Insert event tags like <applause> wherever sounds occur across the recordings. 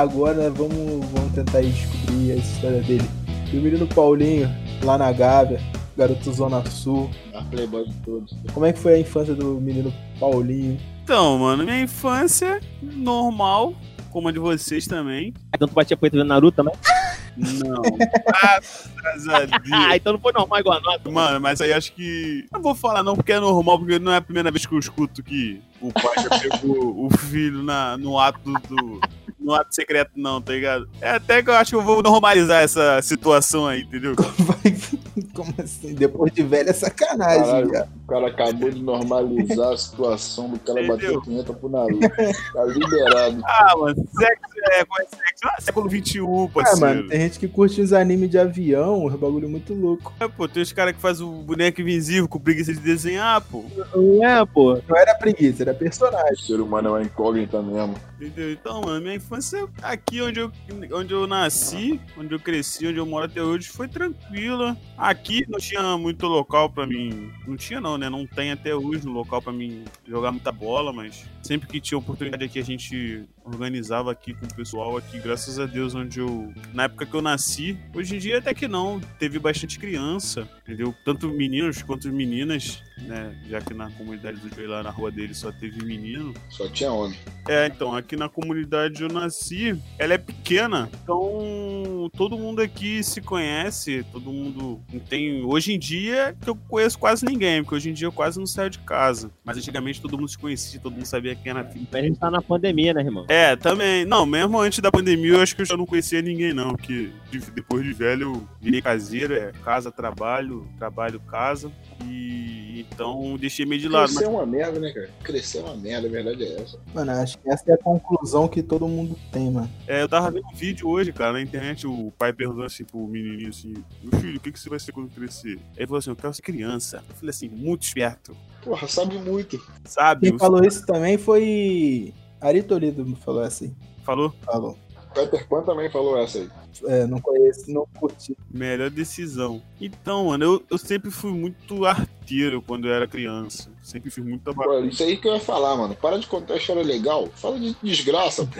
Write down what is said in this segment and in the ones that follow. Agora vamos, vamos tentar aí descobrir a história dele. E o menino Paulinho, lá na Gávea, garoto Zona Sul. A playboy de todos. Como é que foi a infância do menino Paulinho? <laughs> Então, mano, minha infância normal, como a de vocês também. Ah, Então tu batia punheta vendo Naruto também? Não. Graças a Ah, Deus. então não foi normal igual a nossa. Mano, mas aí acho que. Não vou falar não, porque é normal, porque não é a primeira vez que eu escuto que o pai já pegou o filho na, no ato do. No ato secreto, não, tá ligado? É até que eu acho que eu vou normalizar essa situação aí, entendeu? Vai- Como assim? Depois de velho é sacanagem, Caralho. cara. O cara acabou de normalizar a situação do cara bater Entendeu? 500 pro Naruto. Tá liberado. Ah, mano, sexo é, qual é sexo? Ah, século XXI, assim? Ah, parceiro. mano, tem gente que curte uns animes de avião, uns bagulho muito louco. É, pô, tem os caras que fazem o boneco invisível com preguiça de desenhar, pô. Não é, pô. Não era preguiça, era personagem. <laughs> O ser humano é uma incógnita mesmo. Entendeu? Então, mano, minha infância aqui onde eu, onde eu nasci, onde eu cresci, onde eu moro até hoje, foi tranquila. Aqui não tinha muito local pra mim. Não tinha não, né? Não tem até hoje um local pra mim jogar muita bola, mas sempre que tinha oportunidade aqui, a gente organizava aqui com o pessoal aqui, graças a Deus, onde eu. Na época que eu nasci, hoje em dia até que não. Teve bastante criança, entendeu? Tanto meninos quanto meninas, né? Já que na comunidade do Joelho, lá na rua dele, só teve menino. Só tinha homem. É, então, aqui na comunidade onde eu nasci, ela é pequena, então todo mundo aqui se conhece, todo mundo tem. Hoje em dia que eu conheço quase ninguém, porque hoje em dia eu quase não saio de casa. Mas antigamente todo mundo se conhecia, todo mundo sabia quem era filho. Mas a gente tá na pandemia, né, irmão? É, também. Não, mesmo antes da pandemia, eu acho que eu já não conhecia ninguém, não. Porque de- depois de velho, eu virei caseiro, é casa, trabalho, trabalho, casa. E então deixei meio de lado. Crescer é uma merda, né, cara? Crescer é uma merda, a verdade é essa. Mano, acho que essa é a conclusão que todo mundo tem, mano. É, eu tava vendo um vídeo hoje, cara, na internet, o pai perguntou assim pro menininho assim, meu filho, o que, que você vai ser quando crescer? Ele falou assim, eu quero ser criança. Eu falei assim, muito esperto, Porra, sabe muito. sabe? Quem Eu- falou isso também foi. Ari Toledo falou assim. Falou, Falou. Peter Pan também falou essa aí. É, não conheço, não curti. melhor decisão. Então, mano, eu, eu sempre fui muito arteiro quando eu era criança. Sempre fiz muita ba- Pô, isso aí que eu ia falar, mano. Para de contar história legal. Fala de desgraça, pô.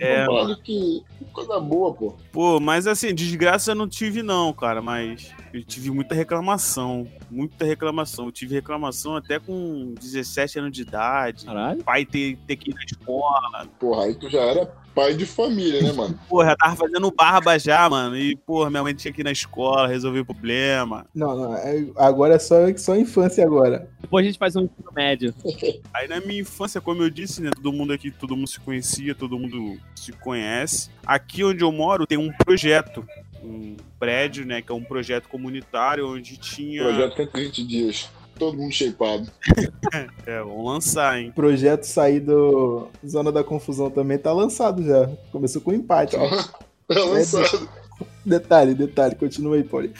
É, Fala de que que coisa boa, pô. Pô, mas assim, desgraça eu não tive não, cara, mas eu tive muita reclamação, muita reclamação. Eu tive reclamação até com 17 anos de idade. Caralho. Pai ter, ter que ir na escola. Porra, aí tu já era pai de família, né, <laughs> mano? Porra, eu tava fazendo barba já, mano. E, porra, minha mãe tinha que ir na escola, resolver o problema. Não, não, é- agora é só, só infância agora. Depois a gente faz um ensino médio. Aí na minha infância, como eu disse, né? Todo mundo aqui, todo mundo se conhecia, todo mundo se conhece. Aqui onde eu moro tem um projeto. Um prédio, né? Que é um projeto comunitário onde tinha. Projeto tem 30 dias. Todo mundo shapeado. É, vamos lançar, hein? O projeto sair do Zona da Confusão também tá lançado já. Começou com empate. Tá, <laughs> né? tá lançado. Detalhe, detalhe, continua aí, Paulinho.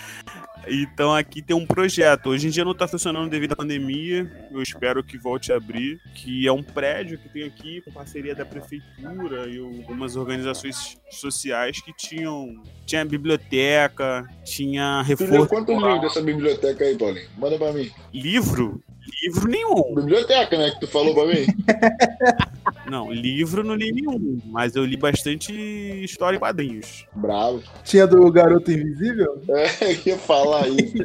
Então aqui tem um projeto. Hoje em dia não tá funcionando devido à pandemia. Eu espero que volte a abrir. Que é um prédio que tem aqui com parceria da prefeitura e algumas organizações sociais que tinham. Tinha biblioteca, tinha Tu leu reforço. quantos livros dessa biblioteca aí, Paulinho? Manda pra mim. Livro? Livro nenhum. Biblioteca, né? Que tu falou pra <laughs> mim. Não, livro não li nenhum. Mas eu li bastante história e quadrinhos. Bravo. Tinha do Garoto Invisível? É, eu ia falar <laughs> isso.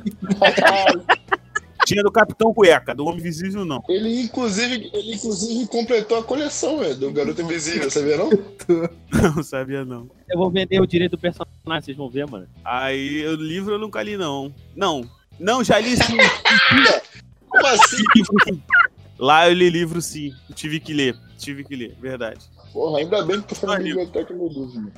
Tinha do Capitão Cueca, do Homem Visível não. <laughs> Ele inclusive, ele, inclusive, completou a coleção é, do Garoto Invisível, sabia não? Não sabia não. Eu vou vender o direito do personagem, vocês vão ver, mano. Aí, o livro eu nunca li, não. Não, não, já li sim. Como assim? Lá eu li livro sim. Tive que ler, tive que ler, verdade. Porra, ainda bem que tu foi na biblioteca no livro, <laughs> mano.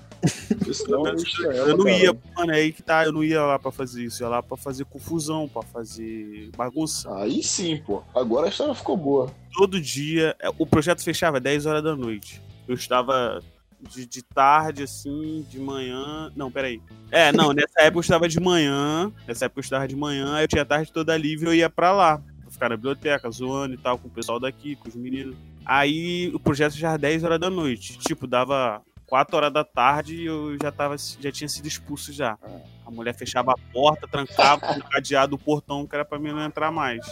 Porque senão eu ia Eu não ia, mano, é aí que tá, eu não ia lá pra fazer isso. Eu ia lá pra fazer confusão, pra fazer bagunça. Aí sim, pô. Agora a história ficou boa. Todo dia, é, o projeto fechava 10 horas da noite. Eu estava de, de tarde, assim, de manhã. Não, peraí. É, não, nessa época eu estava de manhã. Nessa época eu estava de manhã, aí eu tinha a tarde toda livre eu ia pra lá. Pra ficar na biblioteca, zoando e tal, com o pessoal daqui, com os meninos. Aí o projeto já era 10 horas da noite. Tipo, dava 4 horas da tarde e eu já tava, já tinha sido expulso já. A mulher fechava a porta, trancava <laughs> com o cadeado o portão que era pra mim não entrar mais.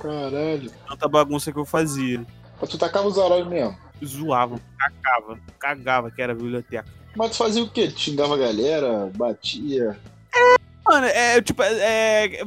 Caralho. Tanta bagunça que eu fazia. Mas tu tacava os horários mesmo. zoavam, cagava, cagava que era biblioteca. Mas tu fazia o quê? Tu xingava a galera, batia. Mano, é tipo, é, é,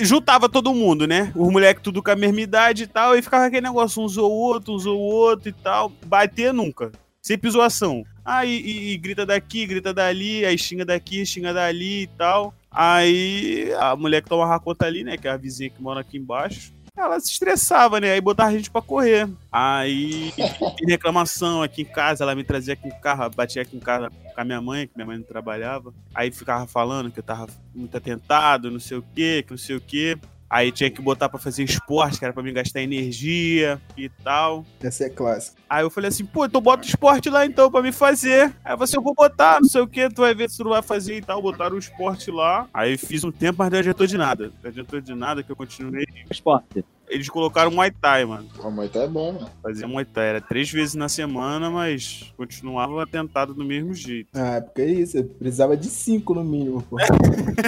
juntava todo mundo, né? Os moleques tudo com a mesma idade e tal, e ficava aquele negócio, um zoou o outro, um zoou o outro e tal. Bater nunca. Sempre zoação. Aí e, e grita daqui, grita dali, aí xinga daqui, xinga dali e tal. Aí a mulher que toma racota ali, né? Que é a vizinha que mora aqui embaixo. Ela se estressava, né? Aí botava a gente pra correr. Aí, tem reclamação aqui em casa, ela me trazia aqui em carro, batia aqui em casa com a minha mãe, que minha mãe não trabalhava. Aí ficava falando que eu tava muito atentado, não sei o quê, que não sei o quê. Aí tinha que botar pra fazer esporte, que era pra mim gastar energia e tal. Essa é clássica. Aí eu falei assim, pô, então bota o esporte lá então pra me fazer. Aí você, eu vou botar, não sei o que, tu vai ver se tu não vai fazer e tal. Botaram o esporte lá. Aí eu fiz um tempo, mas não adiantou de nada. Não adiantou de nada que eu continuei. É Esporte. Eles colocaram Muay Thai, mano. A mãe tá é bom, mano. Fazia Muay Thai. Era três vezes na semana, mas continuava atentado do mesmo jeito. Ah, porque é isso. Eu precisava de cinco no mínimo, pô.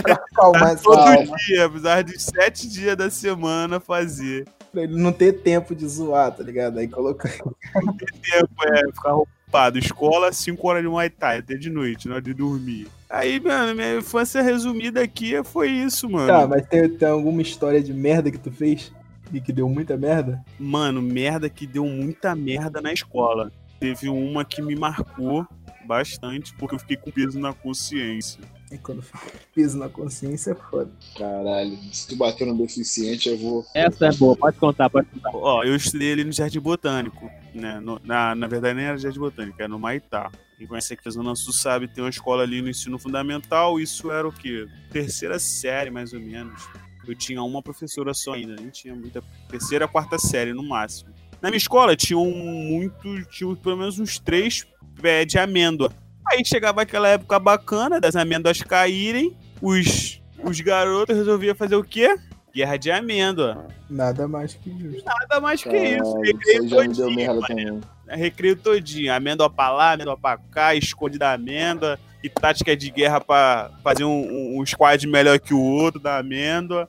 pra acalmar essa Ah, Todo alma. dia, apesar de sete dias da semana fazer. Pra ele não ter tempo de zoar, tá ligado? Aí coloca. tempo, é, ficar ocupado. Escola, 5 horas de Muay Thai, até de noite, na hora de dormir. Aí, mano, minha infância resumida aqui foi isso, mano. Tá, mas tem, tem alguma história de merda que tu fez? E que deu muita merda? Mano, merda que deu muita merda na escola. Teve uma que me marcou bastante, porque eu fiquei com peso na consciência. E quando fica peso na consciência, é foda. Caralho, se tu bater no deficiente, eu vou. Essa é boa, pode contar, pode contar. Ó, eu estudei ali no Jardim Botânico, né? No- na, na verdade, nem era Jardim Botânico, era no Maitá. Quem conhece aqui a Zona Sul sabe, tem uma escola ali no ensino fundamental, isso era o quê? Terceira série, mais ou menos. Eu tinha uma professora só ainda, nem tinha muita. Terceira, quarta série, no máximo. Na minha escola, tinham muito, tinham pelo menos uns três pés de amêndoa. Aí chegava aquela época bacana das amêndoas caírem, os, os garotos resolviam fazer o quê? Guerra de amêndoa. Nada mais que justo. Nada mais que Caralho, isso. aí Recreio já me deu todinho. merda também. Recreio todinho. Amêndoa pra lá, amêndoa pra cá, esconde da amêndoa. E tática de guerra pra fazer um, um- um squad melhor que o outro da <laughs> amêndoa.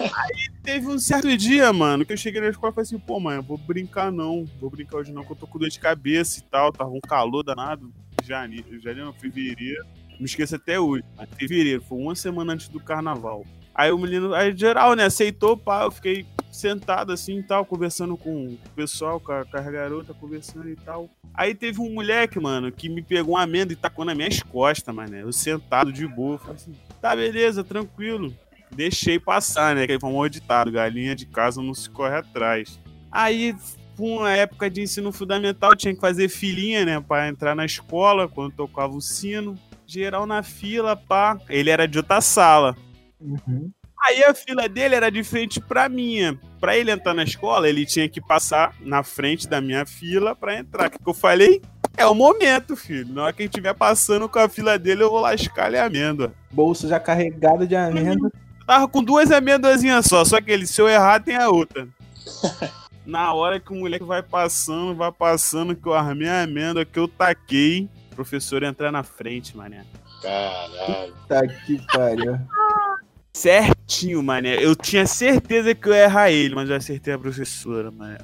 Aí teve um certo dia, mano, que eu cheguei na escola e falei assim, pô, mãe, eu vou brincar não. Vou brincar hoje não, que eu tô com dor de cabeça e tal. Tava um calor danado. Janeiro, janeiro não, fevereiro. Não Me esqueço até hoje. Mas Fevereiro, foi uma semana antes do carnaval. Aí o menino, aí geral, né, aceitou, pá, eu fiquei sentado assim e tal, conversando com o pessoal, com a, com as garotas, conversando e tal. Aí teve um moleque, mano, que me pegou uma amenda e tacou nas minhas costas, mano. Eu sentado de boa, falei assim, tá beleza, tranquilo. Deixei passar, né? Aquele famoso ditado, galinha de casa não se corre atrás. Aí, com a época de ensino fundamental, tinha que fazer filinha, né? Pra entrar na escola, quando tocava o sino. Geral na fila, pá. Ele era de outra sala. Uhum. Aí a fila dele era de frente pra minha. Pra ele entrar na escola, ele tinha que passar na frente da minha fila pra entrar. O que que eu falei? É o momento, filho. Na hora que ele estiver passando com a fila dele, eu vou lascar a amêndoa. Bolso já carregado de amêndoa. Eu tava com duas amêndoazinhas só, só que ele, se eu errar, tem a outra. Na hora que o moleque vai passando, vai passando, que eu armei a amêndoa, que eu taquei, o professor entrar na frente, mané. Caralho. Tá que pariu. Certinho, mané. Eu tinha certeza que eu ia errar ele, mas eu acertei a professora, mané.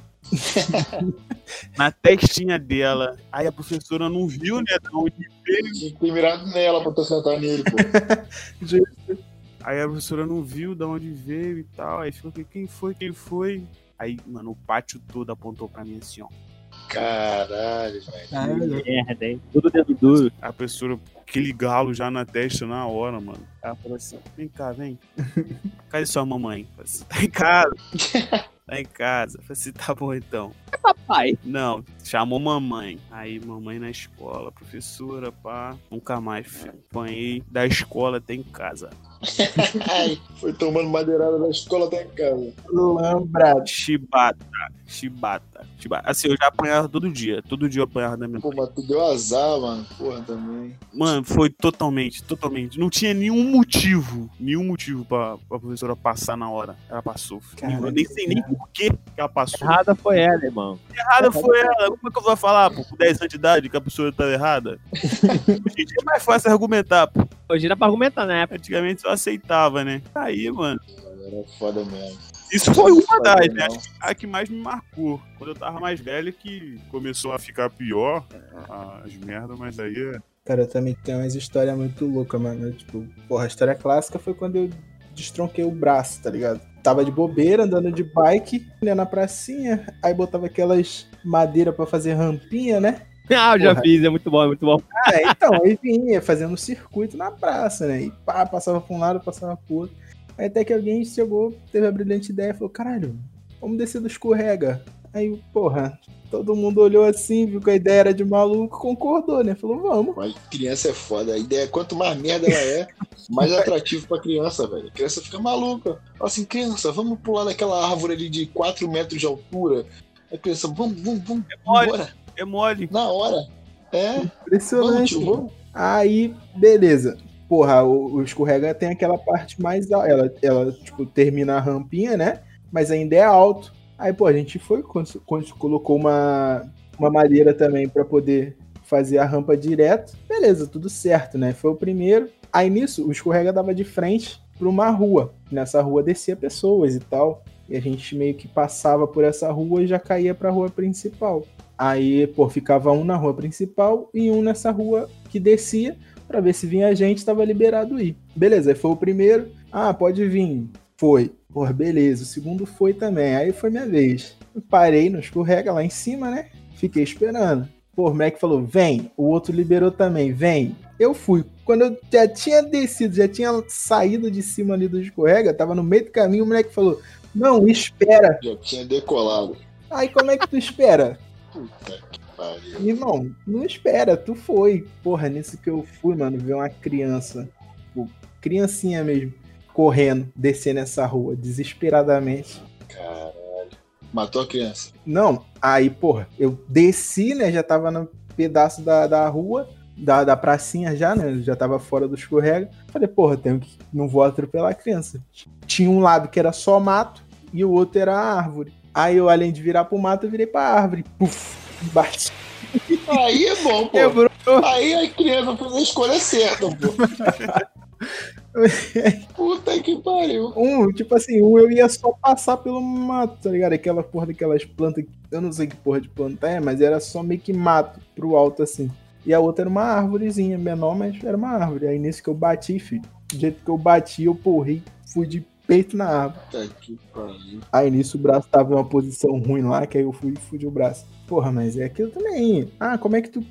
Na testinha dela. Aí a professora não viu, né? de onde veio. Tinha que ter mirado nela pra tu acertar nele, <laughs> pô. Aí a professora não viu de onde veio e tal. Aí ficou aqui, quem foi, quem foi? Aí, mano, o pátio todo apontou pra mim assim, ó. Caralho, velho. Caralho. Merda, hein? Tudo dedo duro. A professora, aquele galo já na testa na hora, mano. Ela falou assim: vem cá, vem. Cadê sua mamãe? Eu falei assim, tá em casa. Tá em casa. Eu falei assim, tá bom então. Pai. Não, chamou mamãe. Aí, mamãe na escola, professora, pá. Nunca mais, filho. Apanhei da escola até em casa. Ai, foi tomando madeirada da escola até em casa. Lambrado. Chibata, chibata, chibata. Assim, eu já apanhava todo dia. Todo dia eu apanhava da minha Pô, mãe. mas tu deu azar, mano. Porra, também. Mano, foi totalmente, totalmente. Não tinha nenhum motivo, nenhum motivo pra, pra professora passar na hora. Ela passou. filho. Caralho, eu nem sei nem por que que ela passou. Errada foi ela, irmão. errada foi ela. Como é que eu vou falar, pô, com 10 anos de idade, que a professora tá <laughs> errada? Gente, é mais fácil argumentar, pô. Hoje era pra argumentar, né? <laughs> Antigamente só aceitava, né? Aí, Tá mano. Era foda mesmo. Isso foi uma Fazer das, né? não. Acho que a que mais me marcou. Quando eu tava mais velho, que começou a ficar pior ah, as merdas, mas aí é. Cara, eu também tenho umas histórias muito loucas, mano. Eu, Tipo, porra, a história clássica foi quando eu destronquei o braço, tá ligado? Tava de bobeira, andando de bike, né, na pracinha, aí botava aquelas madeira pra fazer rampinha, né? Ah, eu já Porra. fiz, é muito bom, é muito bom. Ah, então, aí vinha fazendo um circuito na praça, né? E pá, passava pra um lado, passava pro outro. Aí até que alguém chegou, teve a brilhante ideia e falou, caralho, vamos descer do escorrega. Aí, eu, porra, todo mundo olhou assim, viu que a ideia era de maluco, concordou, né? Falou, vamos. Mas criança é foda. A ideia é quanto mais merda ela é, mais atrativo pra criança, velho. A criança fica maluca. Fala assim, criança, vamos pular naquela árvore ali de 4 metros de altura. A criança, vamos, vamos, vamos, mole. embora. É mole. Na hora. É, vamos, Impressionante. tio, vamos. Aí, beleza. Porra, o, o escorrega tem aquela parte mais alta. Ela, ela, tipo, termina a rampinha, né? Mas ainda é alto. Aí, pô, a gente foi, quando, quando colocou uma, uma madeira também pra poder fazer a rampa direto. Beleza, tudo certo, né? Foi o primeiro. Aí nisso, o escorrega dava de frente pra uma rua. Nessa rua descia pessoas e tal. E a gente meio que passava por essa rua e já caía pra rua principal. Aí, pô, ficava um na rua principal e um nessa rua que descia pra ver se vinha gente, tava liberado ir. Beleza, aí foi o primeiro. Ah, pode vir. Foi. Pô, beleza. O segundo foi também. Aí foi minha vez. Eu parei no escorrega lá em cima, né? Fiquei esperando. Pô, o Mac falou, vem. O outro liberou também, vem. Eu fui. Quando eu já tinha descido, já tinha saído de cima ali do escorrega, tava no meio do caminho, o moleque falou, não, espera. Já tinha decolado. Aí como é que tu espera? Puta que pariu. Irmão, não espera, tu foi. Porra, nisso que eu fui, mano, ver uma criança, tipo, criancinha mesmo, correndo, descendo essa rua, desesperadamente. Caralho. Matou a criança. Não, aí, porra, eu desci, né? Já tava no pedaço da, da rua, da, da pracinha já, né? Já tava fora do escorrega. Falei, porra, tenho que. Não vou atropelar a criança. Tinha um lado que era só mato e o outro era árvore. Aí eu, além de virar pro mato, eu virei pra árvore. Puf, bati. Aí é bom, pô. Quebrou. Aí a criança fez a escolha certa, pô. <laughs> Puta que pariu. Um, tipo assim, um eu ia só passar pelo mato, tá ligado? Aquela porra daquelas plantas, que- eu não sei que porra de planta é, mas era só meio que mato pro alto assim. E a outra era uma árvorezinha menor, mas era uma árvore. Aí nesse que eu bati, filho, do jeito que eu bati, eu porri, fui de peito na árvore. Puta que pariu. Aí nisso o braço tava em uma posição ruim lá, que aí eu fui e fudi o braço. Porra, mas é aquilo também. Ah, como é que tu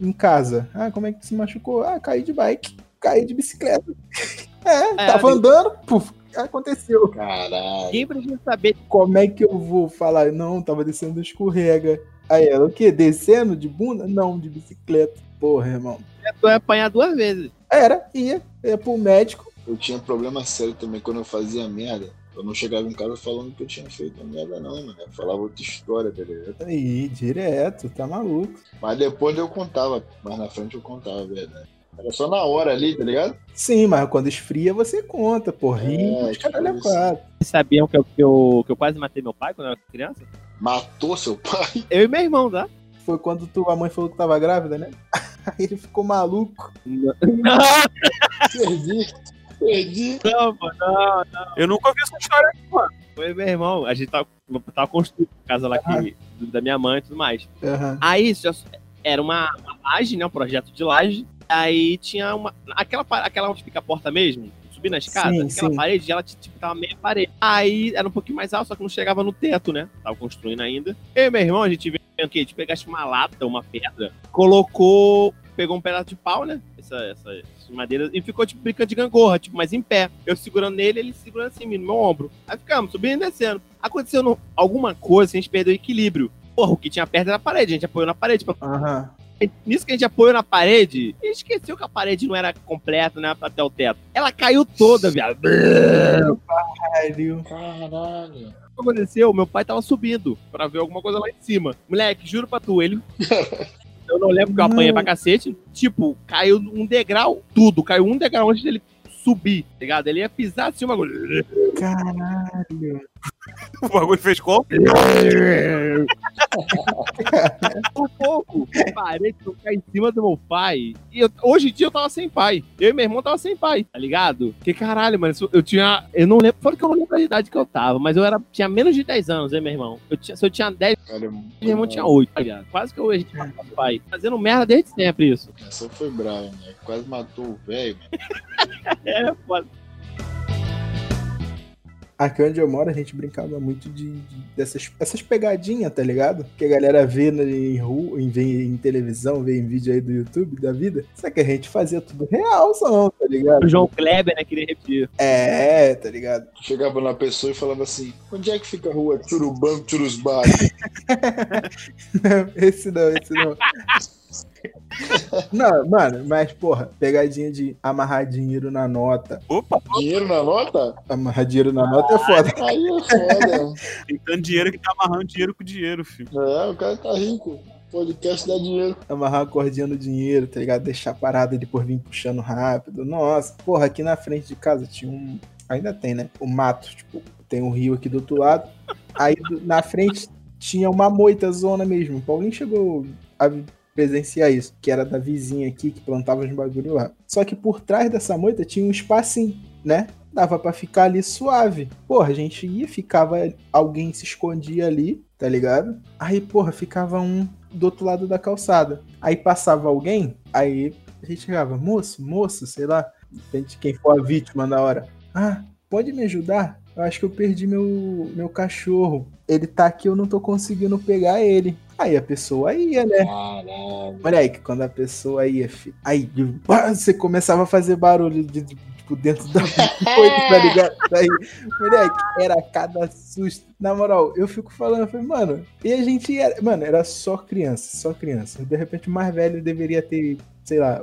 em casa? Ah, como é que tu se machucou? Ah, caí de bike, caí de bicicleta. <laughs> É, É, tava ali- andando, puf, aconteceu. Caralho. Quem precisa saber? como é que eu vou falar? Não, tava descendo do escorrega. Aí ela, o quê? Descendo de bunda? Não, de bicicleta. Porra, irmão. Tu vai é apanhar duas vezes. Era, ia, ia pro médico. Eu tinha problema sério também quando eu fazia merda. Eu não chegava em casa falando que eu tinha feito merda, não, mano. Eu falava outra história, tá ligado? Aí, direto, tá maluco. Mas depois eu contava. Mas na frente eu contava, a verdade. Era só na hora ali, tá ligado? Sim, mas quando esfria você conta, porra. É, É, os caralho é tipo quatro. Vocês sabiam que eu, que, eu, que eu quase matei meu pai quando eu era criança? Matou seu pai. <laughs> Eu e meu irmão, tá? <laughs> Foi quando tua mãe falou que tava grávida, né? <laughs> Aí ele ficou maluco. Não, Perdi. Perdi. não, mano, não. Eu nunca ouvi essa história. Foi meu irmão. A gente tava, tava construindo a casa lá que, da minha mãe e tudo mais. Aham. Aí já era uma, uma laje, né? Um projeto de laje. Aí tinha uma. Aquela, pa- aquela onde fica a porta mesmo, subir na escada, Sim, aquela sim. parede, ela ti- tipo, tava meia parede. Aí era um pouquinho mais alto, só que não chegava no teto, né? Tava construindo ainda. Eu e meu irmão, a gente veio aqui, a gente pegasse uma lata, uma pedra, colocou. Pegou um pedaço de pau, né? Essa, essa, essas madeiras. E ficou tipo brincando de gangorra, tipo, mas em pé. Eu segurando nele, ele segurando assim, no meu ombro. Aí ficamos subindo e descendo. Aconteceu no- alguma coisa, a gente perdeu o equilíbrio. Porra, o que tinha perto era a parede, a gente apoiou na parede. pra- Aham. É Nisso que a gente apoiou na parede, a gente esqueceu que a parede não era completa, não era até o teto. Ela caiu toda, viado. O Caralho. Caralho. que aconteceu? Meu pai tava subindo pra ver alguma coisa lá em cima. Moleque, juro pra tu, ele. Eu não lembro que eu apanhei pra cacete. Tipo, caiu um degrau, tudo. Caiu um degrau antes dele subir, tá ligado? Ele ia pisar assim, uma coisa. Caralho. O bagulho fez como? um pouco. Parei de tocar em cima do meu pai. E eu- hoje em dia eu tava sem pai. Eu e meu irmão tava sem pai, tá ligado? Que caralho, mano. isso- Eu tinha. Eu não lembro. Fora que eu não lembro a idade que eu tava, mas eu era, tinha menos de 10 anos, hein, meu irmão? Eu tinha, se eu tinha 10, Cara, meu irmão tinha 8, tá ligado? Quase que eu hoje tinha pai. Fazendo merda desde sempre isso. Essa foi brava, né? Quase matou o velho. mano. É, foda. Aqui onde eu moro, a gente brincava muito de, de- dessas essas pegadinhas, tá ligado? Que a galera vê na- em rua, em, vê em televisão, vê em vídeo aí do YouTube da vida. Só que a gente fazia tudo real, só, tá ligado? O João Kleber, né? Queria repetir. É, tá ligado? <laughs> Chegava na pessoa e falava assim: onde é que fica a rua Churubam, Churusbar? Esse não, esse não. Não, mano, mas porra, pegadinha de amarrar dinheiro na nota. Opa, Dinheiro na nota? Amarrar dinheiro na nota é foda. Aí é foda. tem tanto dinheiro que tá amarrando dinheiro com dinheiro, filho. É, o cara tá rico. Podcast dá dinheiro. amarrar a cordinha no dinheiro, tá ligado? Deixar parada e depois vir puxando rápido. Nossa, porra, aqui na frente de casa tinha um. Ainda tem, né? O mato, tipo, tem um rio aqui do outro lado. Aí do- na frente tinha uma moita zona mesmo. Alguém chegou a vi- presenciar isso, que era da vizinha aqui que plantava os bagulho lá. Só que por trás dessa moita tinha um espacinho, né? Dava pra ficar ali suave. Porra, a gente ia, ficava. Alguém se escondia ali, tá ligado? Aí, porra, ficava um do outro lado da calçada. Aí passava alguém, aí a gente chegava, moço, moço, sei lá, depende de quem for a vítima na hora. Ah, pode me ajudar? Eu acho que eu perdi meu, meu cachorro. Ele tá aqui, eu não tô conseguindo pegar ele. Aí a pessoa ia, né? Caralho. Olha aí que quando a pessoa ia, fi, aí pá, você começava a fazer barulho de, de- tipo, dentro da coisa, tá ligado? Aí, moleque, era cada susto. Na moral, eu fico falando, eu falei, mano, e a gente era, mano, era só criança, só criança. De repente o mais velho deveria ter, sei lá,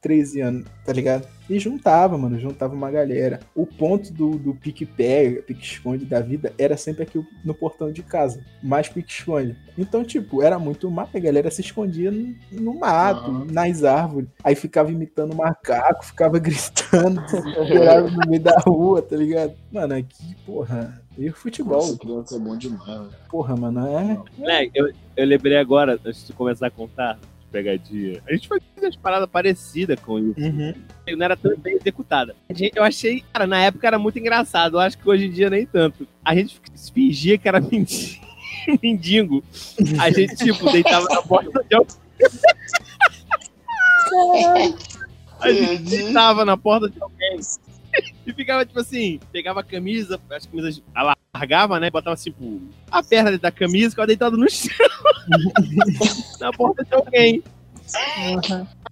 13 anos, tá ligado? E juntava, mano, juntava uma galera. O ponto do, do pique-pega, pique-esconde da vida era sempre aqui no portão de casa, mais pique-esconde. Então, tipo, era muito mato, a galera se escondia no, no mato, Aham. nas árvores. Aí ficava imitando macaco, ficava <laughs> gritando, desesperado no meio da rua, tá ligado? Mano, aqui, porra, e o futebol, Essa criança é bom demais. né? porra, mano, é. Moleque, eu, eu lembrei agora, antes de começar a contar, de pegadinha. A gente fazia umas paradas parecidas com isso. eu não era tão bem executada. A gente- Eu achei, cara, na época era muito engraçado. Eu acho que hoje em dia nem tanto. A gente fingia que era <laughs> mendigo. mendigo. A gente, tipo, deitava na porta de alguém. A gente Perdi. deitava na porta de alguém. <laughs> E ficava, tipo assim, pegava a camisa, as camisas alargava, né? Botava, tipo, a perna dentro da camisa, ficava deitado no chão. <laughs> na porta de alguém.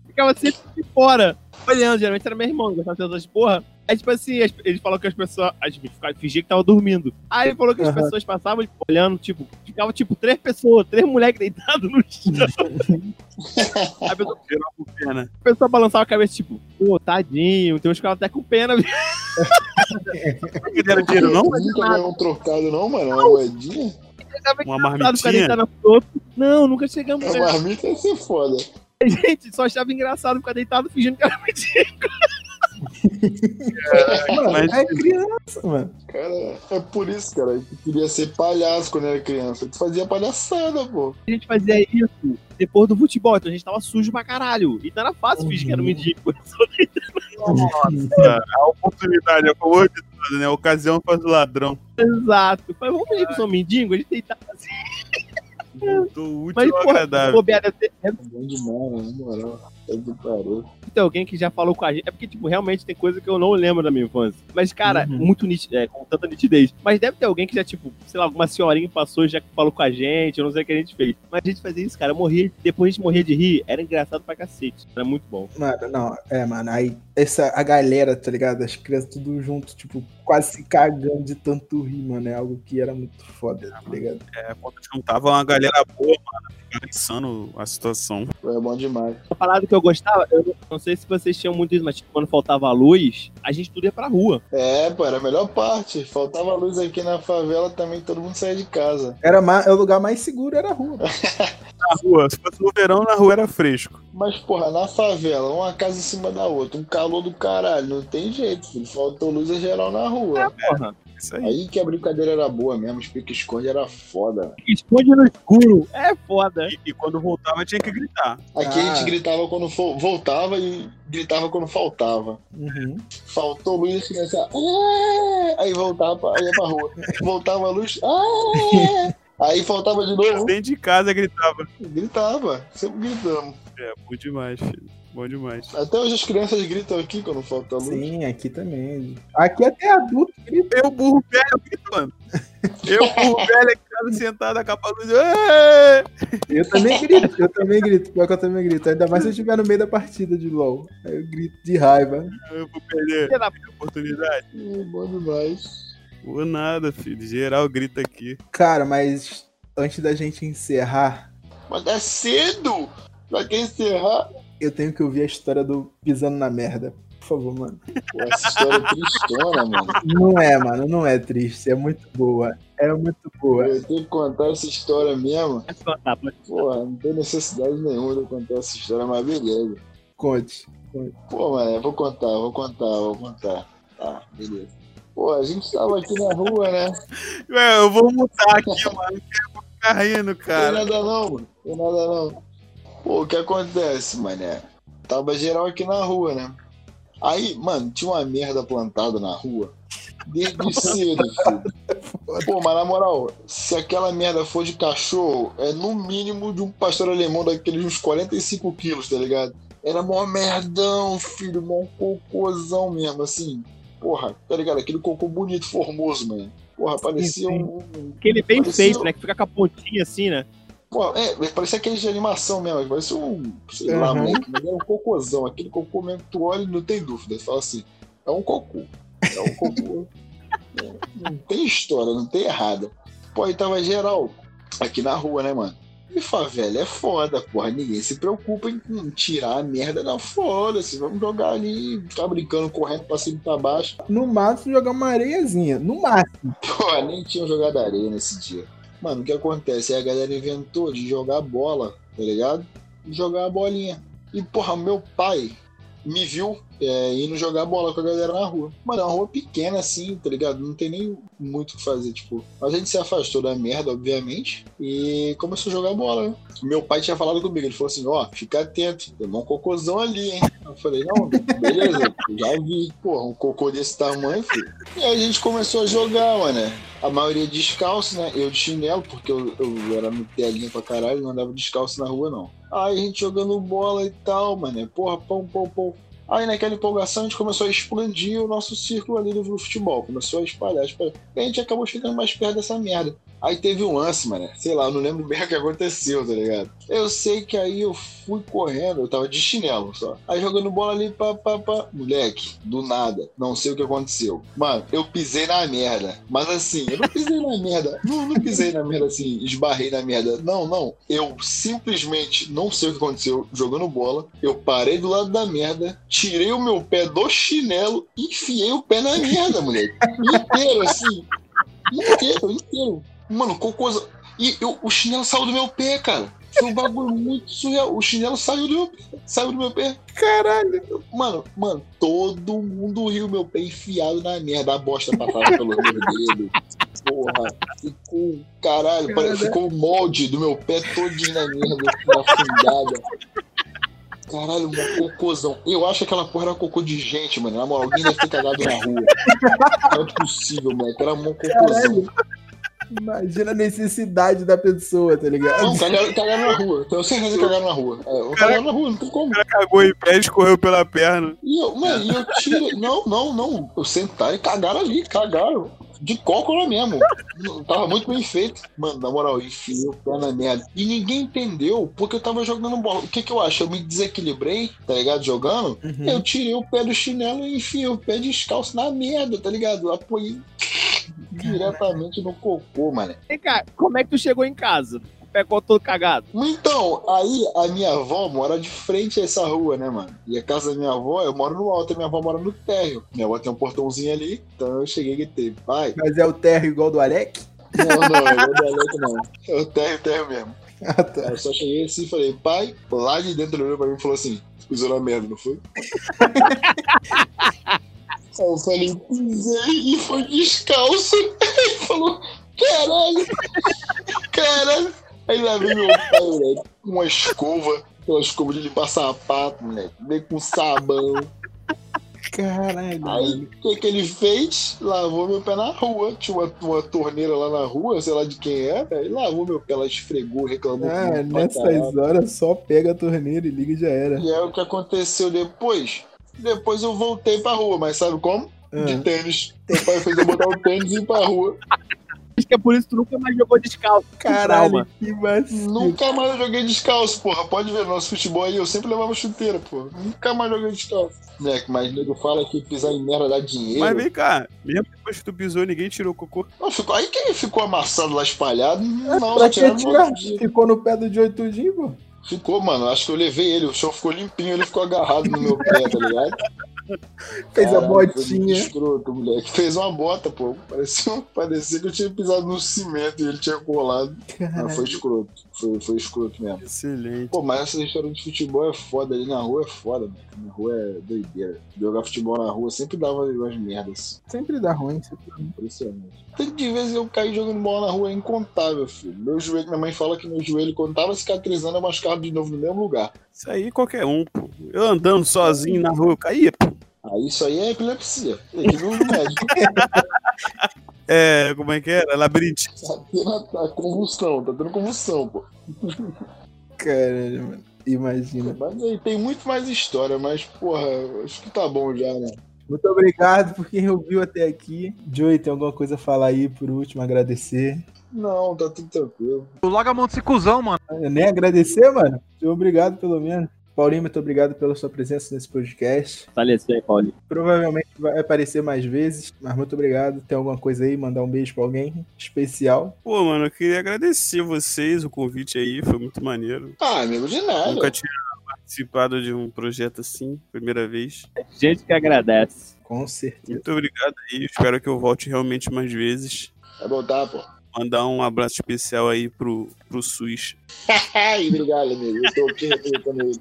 Ficava sempre de fora. Olhando, geralmente era meu irmão, que gostava dessas porra. Aí, tipo assim, as- ele falou que as pessoas. A gente ficava- fingia que tava dormindo. Aí ele falou que as Aham. pessoas passavam tipo, olhando, tipo, ficava tipo três pessoas, três moleques deitados no chão. Aí a pessoa, Gerou com pena. a pessoa balançava a cabeça, tipo, pô, tadinho, tem uns que ficavam até com pena. <laughs> Não me deram dinheiro, não? Nunca ganhou um trocado, não, mano. É Uma moedinha. Uma Sabe, o cara marmitinha? deitado na outro. Não, nunca chegamos. A né? marmita ia ser foda. A gente só achava engraçado ficar deitado fingindo que era mentira. Mano, Mas- é criança, mano. Cara, é por isso, cara, que eu queria ser palhaço quando era criança. Tu fazia palhaçada, pô. A gente fazia isso depois do futebol, então a gente tava sujo pra caralho. Então era fácil fingir que era Uhum. mendigo. <laughs> A oportunidade, é o favor de tudo, né? A ocasião faz o ladrão. Exato. Mas vamos fingir que eu sou um mendigo? A gente deitava assim. Voltou útil Mas, ao porra, agradável. bobear, deve ter- deve É bom demais, na moral. É do parou. ter alguém que já falou com a gente. É porque, tipo, realmente tem coisa que eu não lembro da minha infância. Mas, cara, Uhum. muito nítido, é, com tanta nitidez. Mas deve ter alguém que já, tipo, sei lá, alguma senhorinha passou e já falou com a gente. Eu não sei o que a gente fez. Mas a gente fazia isso, cara. Eu morria, depois a gente morria de rir. Era engraçado pra cacete. Era muito bom. Mano, não, é, mano, aí essa, a galera, tá ligado? As crianças tudo junto, tipo, quase se cagando de tanto rir, mano. É algo que era muito foda, tá ligado? É, quando juntava uma galera boa, mano, ficava insano a situação. É bom demais. Uma parada que eu gostava, eu não- não sei se vocês tinham muito isso, mas tipo, quando faltava luz, a gente tudo ia pra rua. É, pô, era a melhor parte. Faltava luz aqui na favela também, todo mundo saía de casa. Era ma- o lugar mais seguro, era a rua. Na rua, se fosse no verão, na rua era fresco. Mas, porra, na favela, uma casa em É, cima da outra, um calor do caralho, não tem jeito, filho. Faltou luz em geral na rua. porra. Isso aí. Aí que a brincadeira era boa mesmo, os pique-esconde era foda. Esconde no escuro. É foda. E, e quando voltava tinha que gritar. Aqui Ah. a gente gritava quando fo- voltava e gritava quando faltava. Uhum. Faltou luz, a criança. "Ah!" Aí voltava, pra- ia pra rua. Voltava a luz. "Ah!" Aí faltava de novo. Dentro de casa gritava. Gritava, sempre gritamos. É, bom demais, filho. Bom demais. Até hoje as crianças gritam aqui quando falta luz. <laughs> Sim, aqui também. Aqui até adulto grita. Eu, burro velho, gritando. Eu, burro velho, em casa sentado, a capa luz. Ah! "Ê!" Eu também grito, eu também grito. Pior que eu também grito. Ainda mais se eu estiver no meio da partida de LOL. Aí eu grito de raiva. Eu vou perder Será? a oportunidade. É bom demais. Por nada, filho. Geral grita aqui. Cara, mas antes da gente encerrar, Mas é cedo! Pra quem encerrar. eu tenho que ouvir a história do pisando na merda. Por favor, mano. Pô, essa história é tristona, mano. Não é, mano, não é triste. É muito boa. É muito Pô, boa. Eu tenho que contar essa história mesmo. É só tá, pô. Porra, não tem necessidade nenhuma de eu contar essa história, mas beleza. Conte. Pô, mano, eu vou contar, vou contar, vou contar. Tá, beleza. Pô, a gente tava aqui na rua, né? Ué, eu vou mutar aqui, mano. porque Eu vou ficar rindo, Tem cara. nada não, mano. Tem nada não. Pô, o que acontece, mané? Tava geral aqui na rua, né? Aí, mano, tinha uma merda plantada na rua. Desde cedo, filho. Pô, mas na moral, se aquela merda for de cachorro, é no mínimo de um pastor alemão daqueles uns 45 quilos, tá ligado? Era mó merdão, filho, mó cocôzão mesmo, assim. Porra, tá ligado? Aquele cocô bonito, formoso, mano. Porra, parecia sim. um- um Aquele bem Parecia- feito, né? Que fica com a pontinha assim, né? Pô, é, parecia aquele de animação mesmo, parecia um, sei lá, Uhum. moleque, mas era um cocôzão, aquele cocô mesmo que tu olha e não tem dúvida, você fala assim, é um cocô, é um cocô. <laughs> É, não tem história, não tem errada. Pô, aí tava geral, aqui na rua, né, mano? E favela é foda, porra, ninguém se preocupa em em tirar a merda da foda-se, vamos jogar ali, tá brincando, correndo pra cima e pra baixo. No máximo jogar uma areiazinha. No máximo. Pô, nem tinham jogado areia nesse dia. Mano, o que acontece? Aí a galera inventou de jogar bola, tá ligado? E jogar a bolinha. E, porra, meu pai me viu é, indo jogar bola com a galera na rua. Mano, é uma rua pequena assim, tá ligado? Não tem nem muito o que fazer, tipo. A gente se afastou da merda, obviamente, e começou a jogar bola, né? Meu pai tinha falado comigo, ele falou assim: ó, fica atento, tem um cocôzão ali, hein? Eu falei: não, beleza, <laughs> já vi, porra, um cocô desse tamanho, filho. E aí a gente começou a jogar, mano. A maioria descalço, né? Eu de chinelo, porque eu, eu era telinha pra caralho, não andava descalço na rua, não. Aí a gente jogando bola e tal, mano. Porra, pão, pão, pão. Aí naquela empolgação a gente começou a expandir o nosso círculo ali do futebol. Começou a espalhar, espalhar. E a gente acabou chegando mais perto dessa merda. Aí teve um lance, mano. Sei lá, eu não lembro bem o que aconteceu, tá ligado? Eu sei que aí eu fui correndo, eu tava de chinelo só. Aí jogando bola ali, pá, pá, pá. Moleque, do nada, não sei o que aconteceu. Mano, eu pisei na merda. Mas assim, eu não pisei na merda. Não, não pisei na merda assim, esbarrei na merda. Não, não. Eu simplesmente não sei o que aconteceu jogando bola. Eu parei do lado da merda, tirei o meu pé do chinelo e enfiei o pé na merda, moleque. Inteiro, assim. Inteiro, inteiro. Mano, cocôzão. E eu- o chinelo saiu do meu pé, cara. Foi um bagulho muito surreal. O chinelo saiu do meu pé. Saiu do meu pé. Caralho. Mano, mano, todo mundo riu meu pé enfiado na merda. A bosta passava pelo meu dedo. Porra, ficou. um Caralho, pare- Cara. ficou o molde do meu pé todinho na merda, na afundada. Caralho, um cocôzão. Eu acho que aquela porra era cocô de gente, mano. Na moral, alguém deve ter cagado na rua. Não é possível, moleque. Era um cocôzão. Caralho. Imagina a necessidade da pessoa, tá ligado? Não, cagaram, cagaram na rua. Tenho certeza que cagaram na rua. É, Cagaram na rua, não tem como. O cara cagou em pé e escorreu pela perna. E eu, mano, e eu tiro. Não, não, não. Eu sentaram e cagaram ali, cagaram. De cócola mesmo. Não, Tava muito bem feito. Mano, na moral, eu enfiei o pé na merda. E ninguém entendeu porque eu tava jogando bola. O que que eu acho? Eu me desequilibrei, tá ligado? Jogando. Uhum. Eu tirei o pé do chinelo e enfiei o pé descalço na merda, tá ligado? Eu apoiei diretamente no cocô, mano. Vem cá, como é que tu chegou em casa? Com O pé com todo cagado. Então, aí a minha avó mora de frente a essa rua, né, mano? E a casa da minha avó, eu moro no alto, a minha avó mora no térreo. Minha avó tem um portãozinho ali, então eu cheguei e gritei, pai. Mas é o térreo igual do Arek? Não, não, eu não dou leite, não. É o térreo, térreo mesmo. Ah, tá. Eu só cheguei assim e falei, pai, lá <laughs> de dentro ele olhou pra mim e falou assim, pisou na merda, não foi? Eu falei, pisei e foi descalço. Ele falou, caralho, caralho. Aí lá vem meu pai, moleque, com uma escova, aquela escova de limpar sapato, moleque. Vem com sabão. Caralho. Aí o que, que ele fez? Lavou meu pé na rua. Tinha uma, uma torneira lá na rua, sei lá de quem era. Aí lavou meu pé, ela esfregou, reclamou. Ah, comigo pra caralho. nessas horas só pega a torneira e liga e já era. E é o que aconteceu depois. Depois eu voltei pra rua, mas sabe como? De Ah. tênis. Meu pai fez eu botar o tênis e ir pra rua. Acho que é por isso que tu nunca mais jogou descalço. Que Caralho, trauma. que vacilo. Nunca mais eu joguei descalço, porra. Pode ver, nosso futebol aí, eu sempre levava chuteira, porra. Nunca mais joguei descalço. Moleque, mas nego fala que pisar em merda dá dinheiro. Mas vem cá, mesmo depois que tu pisou, ninguém tirou o cocô. Não, ficou... Aí quem ficou amassado lá espalhado, não, É, Pra que tiraram no outro tirar? dia. Ficou no pé do Joey tudinho, pô. Ficou, mano. Acho que eu levei ele. O chão ficou limpinho, ele ficou agarrado no meu pé, tá ligado? <laughs> Fez a Caralho, foi muito botinha. escroto, moleque. Fez uma bota, pô. Parecia, parecia que eu tinha pisado no cimento e ele tinha colado. Mas foi Caralho. escroto. Foi, foi escroto mesmo. Excelente. Pô, mas essa história de futebol é foda. Ali na rua é foda, mano. Na rua é doideira. Jogar futebol na rua sempre dava umas merdas. Sempre dá ruim. né? sempre dá ruim. Impressionante. Tanto de vezes eu caí jogando bola na rua é incontável, filho. Meu joelho, minha mãe fala que meu joelho, quando tava cicatrizando, eu machucava de novo no mesmo lugar. Isso aí qualquer um, pô. Eu andando sozinho na rua, eu caía, pô. Aí isso aí é epilepsia. Tem que ir no médico. É, como é que era? Labirintite. Tá tendo a- a convulsão, tá tendo convulsão, pô. Caralho, mano. Imagina. Mas aí tem muito mais história, mas, porra, acho que tá bom já, né? Muito obrigado por quem ouviu até aqui. Joey, tem alguma coisa a falar aí por último? Agradecer. Não, tá tudo tranquilo. Larga a mão desse cuzão, mano. Eu nem agradecer, mano. Muito Obrigado, pelo menos. Paulinho, muito obrigado pela sua presença nesse podcast. Faleceu, hein, Paulinho? Provavelmente vai aparecer mais vezes, mas muito obrigado. Tem alguma coisa aí? Mandar um beijo pra alguém especial. Pô, mano, eu queria agradecer vocês o convite aí, foi muito maneiro. Ah, amigo, de nada. Nunca tinha participado de um projeto assim, primeira vez. Gente que agradece. Com certeza. Muito obrigado aí, espero que eu volte realmente mais vezes. Vai voltar, É tá, pô. Mandar um abraço especial aí pro, pro SUS. Ai, obrigado, amigo. Eu tô aqui representando ele.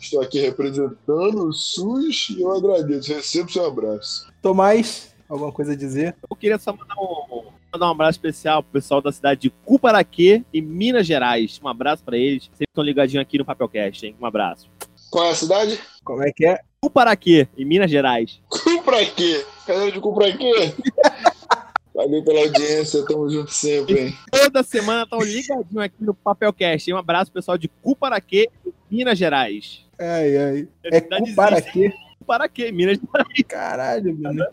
Estou aqui representando o SUS e eu agradeço. Recebo seu abraço. Tomás, alguma coisa a dizer? Eu queria só mandar um, mandar um abraço especial pro pessoal da cidade de Cuparaquê, em Minas Gerais. Um abraço pra eles. Sempre estão ligadinhos aqui no Papelcast, hein? Um abraço. Qual é a cidade? Como é que é? Cuparaquê, em Minas Gerais. Cumpra aqui. Cadê de Cumpra aqui? Valeu pela audiência. Tamo junto sempre, hein? Toda semana estão ligadinhos aqui no Papelcast. hein? Um abraço pro pessoal de Cuparaquê, em Minas Gerais. Ai, ai. É Cidade para existe. quê? Cuparaquê, Minas Caralho, mano.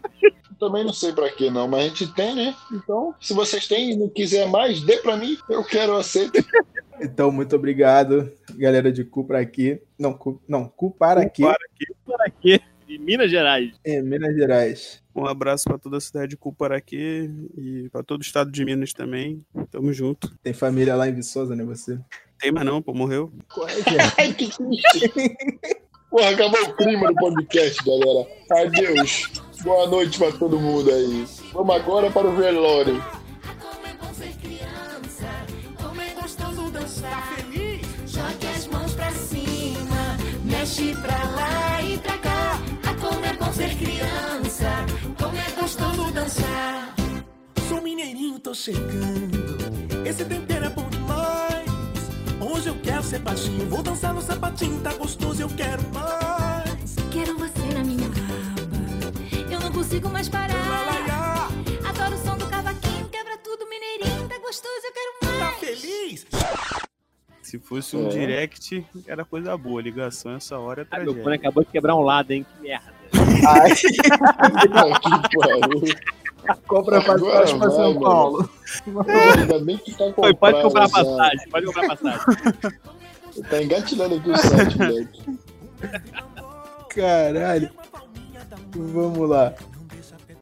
Também não sei pra que não, mas a gente tem, né? Então, se vocês têm e não quiser mais, dê pra mim. Eu quero, eu aceito. Então, muito obrigado, galera de Cu pra aqui. Não, cu, não, cu para aqui, Cuparaquê, em Minas Gerais. em Minas Gerais. Um abraço pra toda a cidade de Cuparaquê e pra todo o estado de Minas também. Tamo junto. Tem família lá em Viçosa, né, você? Tem mais não, pô, morreu. <laughs> é, Ai, que triste. <laughs> Porra, acabou o clima do podcast, galera. Adeus. Boa noite pra todo mundo aí. Vamos agora para o velório. Como é bom ser criança, como é gostoso dançar. Tá feliz? Jogue as mãos pra cima, mexe pra lá e pra cá. Ah, como é bom ser criança, como é gostoso dançar. Sou mineirinho, tô chegando. Esse tempero é bom demais. Hoje eu quero ser baixinho. Vou dançar no sapatinho, tá gostoso, eu quero mais. Quero você na minha aba, eu não consigo mais parar. Malaiá, Adoro o som do cavaquinho, quebra tudo, mineirinho, tá gostoso, eu quero mais. tá feliz? Se fosse um É. direct, era coisa boa. Ligação essa hora é Ah, meu tragédia. fone acabou de quebrar um lado, hein? Que merda. Puta que pariu. Compra pra Agora trás pra vai, São mano. Paulo. Ainda bem que tá Foi, comprado. pode já. comprar passagem, pode comprar passagem. Tá engatilhando aqui o site, moleque. Caralho. Vamos lá.